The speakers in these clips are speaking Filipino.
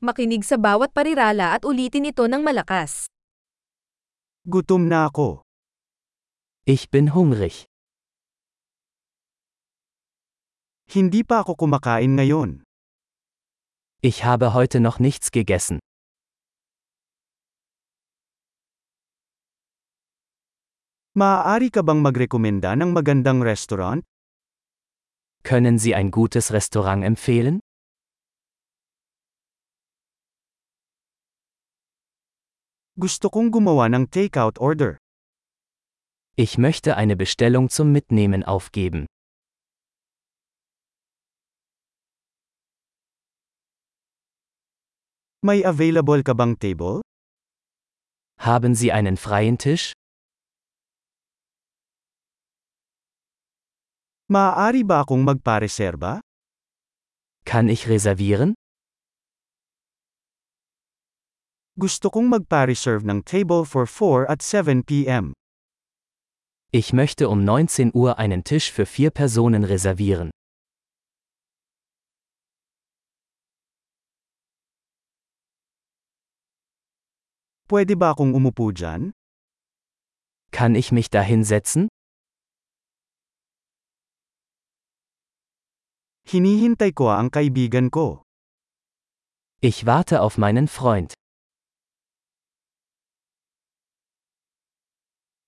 Makinig sa bawat parirala at ulitin ito ng malakas. Gutom na ako. Ich bin hungrig. Hindi pa ako kumakain ngayon. Ich habe heute noch nichts gegessen. Maaari ka bang magrekomenda ng magandang restaurant? Können Sie ein gutes Restaurant empfehlen? Gusto kong gumawa ng takeout order. Ich möchte eine Bestellung zum Mitnehmen aufgeben. May available ka bang table? Haben Sie einen freien Tisch? Maaari ba akong magpareserba? Kann ich reservieren? Gusto kong magpa-reserve ng table for 4 at 7 p.m. Ich möchte um 19 Uhr einen Tisch für vier Personen reservieren. Pwede ba akong umupo dyan? Kann ich mich da hinsetzen? Hinihintay ko ah ang kaibigan ko. Ich warte auf meinen Freund.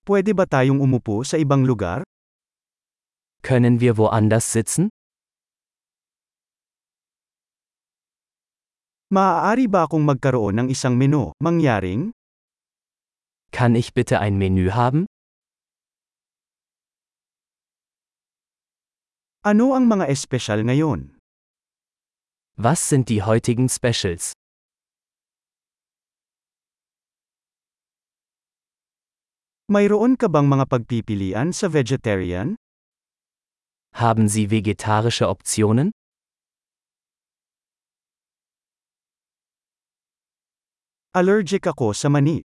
Pwede ba tayong umupo sa ibang lugar? Können wir woanders sitzen? Maaari ba akong magkaroon ng isang menu, mangyaring? Kann ich bitte ein Menü haben? Ano ang mga espesyal ngayon? Was sind die heutigen Specials? Mayroon ka bang mga pagpipilian sa vegetarian? Haben Sie vegetarische Optionen? Allergic ako sa mani.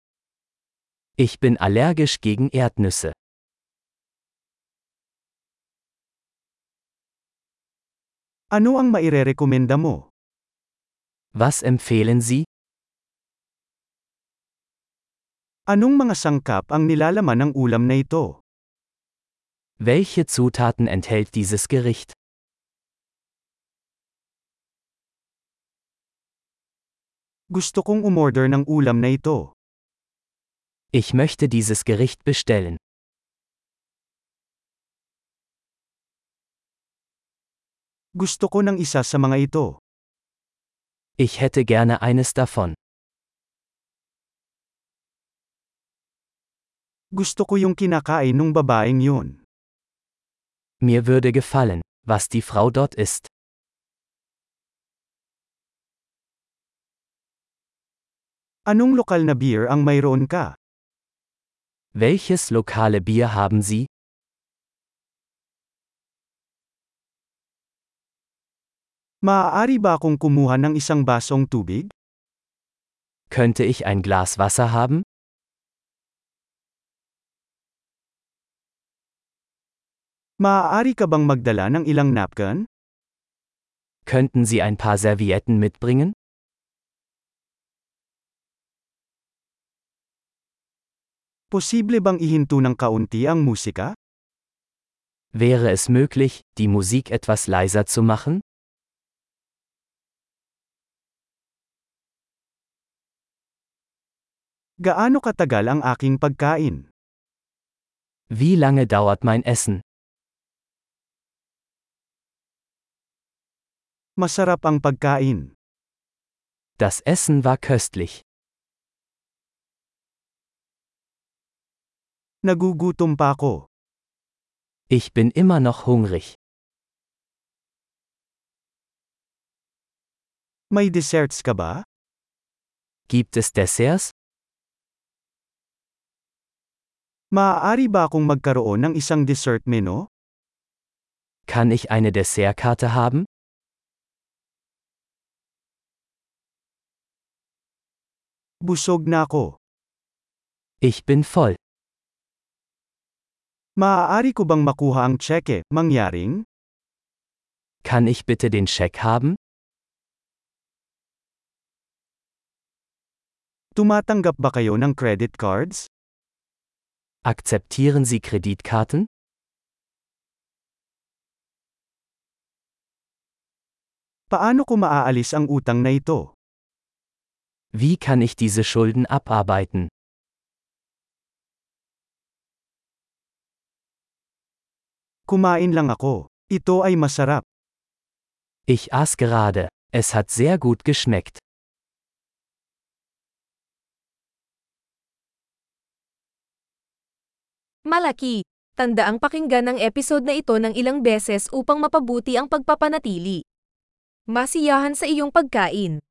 Ich bin allergisch gegen Erdnüsse. Ano ang mairerekomenda mo? Was empfehlen Sie? Anong mga sangkap ang nilalaman ng ulam na ito? Welche Zutaten enthält dieses Gericht? Gusto kong umorder ng ulam na ito. Ich möchte dieses Gericht bestellen. Gusto ko ng isa sa mga ito. Ich hätte gerne eines davon. Gusto ko yung kinakain ng babaeng yun. Mir würde gefallen, was die Frau dort isst. Anong lokal na beer ang mayroon ka? Welches lokale Bier haben Sie? Maaari ba akong kumuha ng isang basong tubig? Könnte ich ein Glas Wasser haben? Maaari ka bang magdala ng ilang napkin? Könnten Sie ein paar Servietten mitbringen? Posible bang ihinto ng kaunti ang musika? Wäre es möglich, die Musik etwas leiser zu machen? Gaano katagal ang aking pagkain? Wie lange dauert mein Essen? Masarap ang pagkain. Das Essen war köstlich. Nagugutom pa ako. Ich bin immer noch hungrig. May desserts ka ba? Gibt es Desserts? Maaari ba akong magkaroon ng isang dessert menu? Kann ich eine Dessertkarte haben? Busog na ako. Ich bin voll. Maaari ko bang makuha ang cheque, mangyaring? Kann ich bitte den Scheck haben? Tumatanggap ba kayo ng credit cards? Akzeptieren Sie Kreditkarten? Paano ko maaalis ang utang na ito? Wie kann ich diese Schulden abarbeiten? Kumain lang ako. Ito ay masarap. Ich aß gerade. Es hat sehr gut geschmeckt. Malaki! Tanda ang pakinggan ng episode na ito ng ilang beses upang mapabuti ang pagpapanatili. Masiyahan sa iyong pagkain.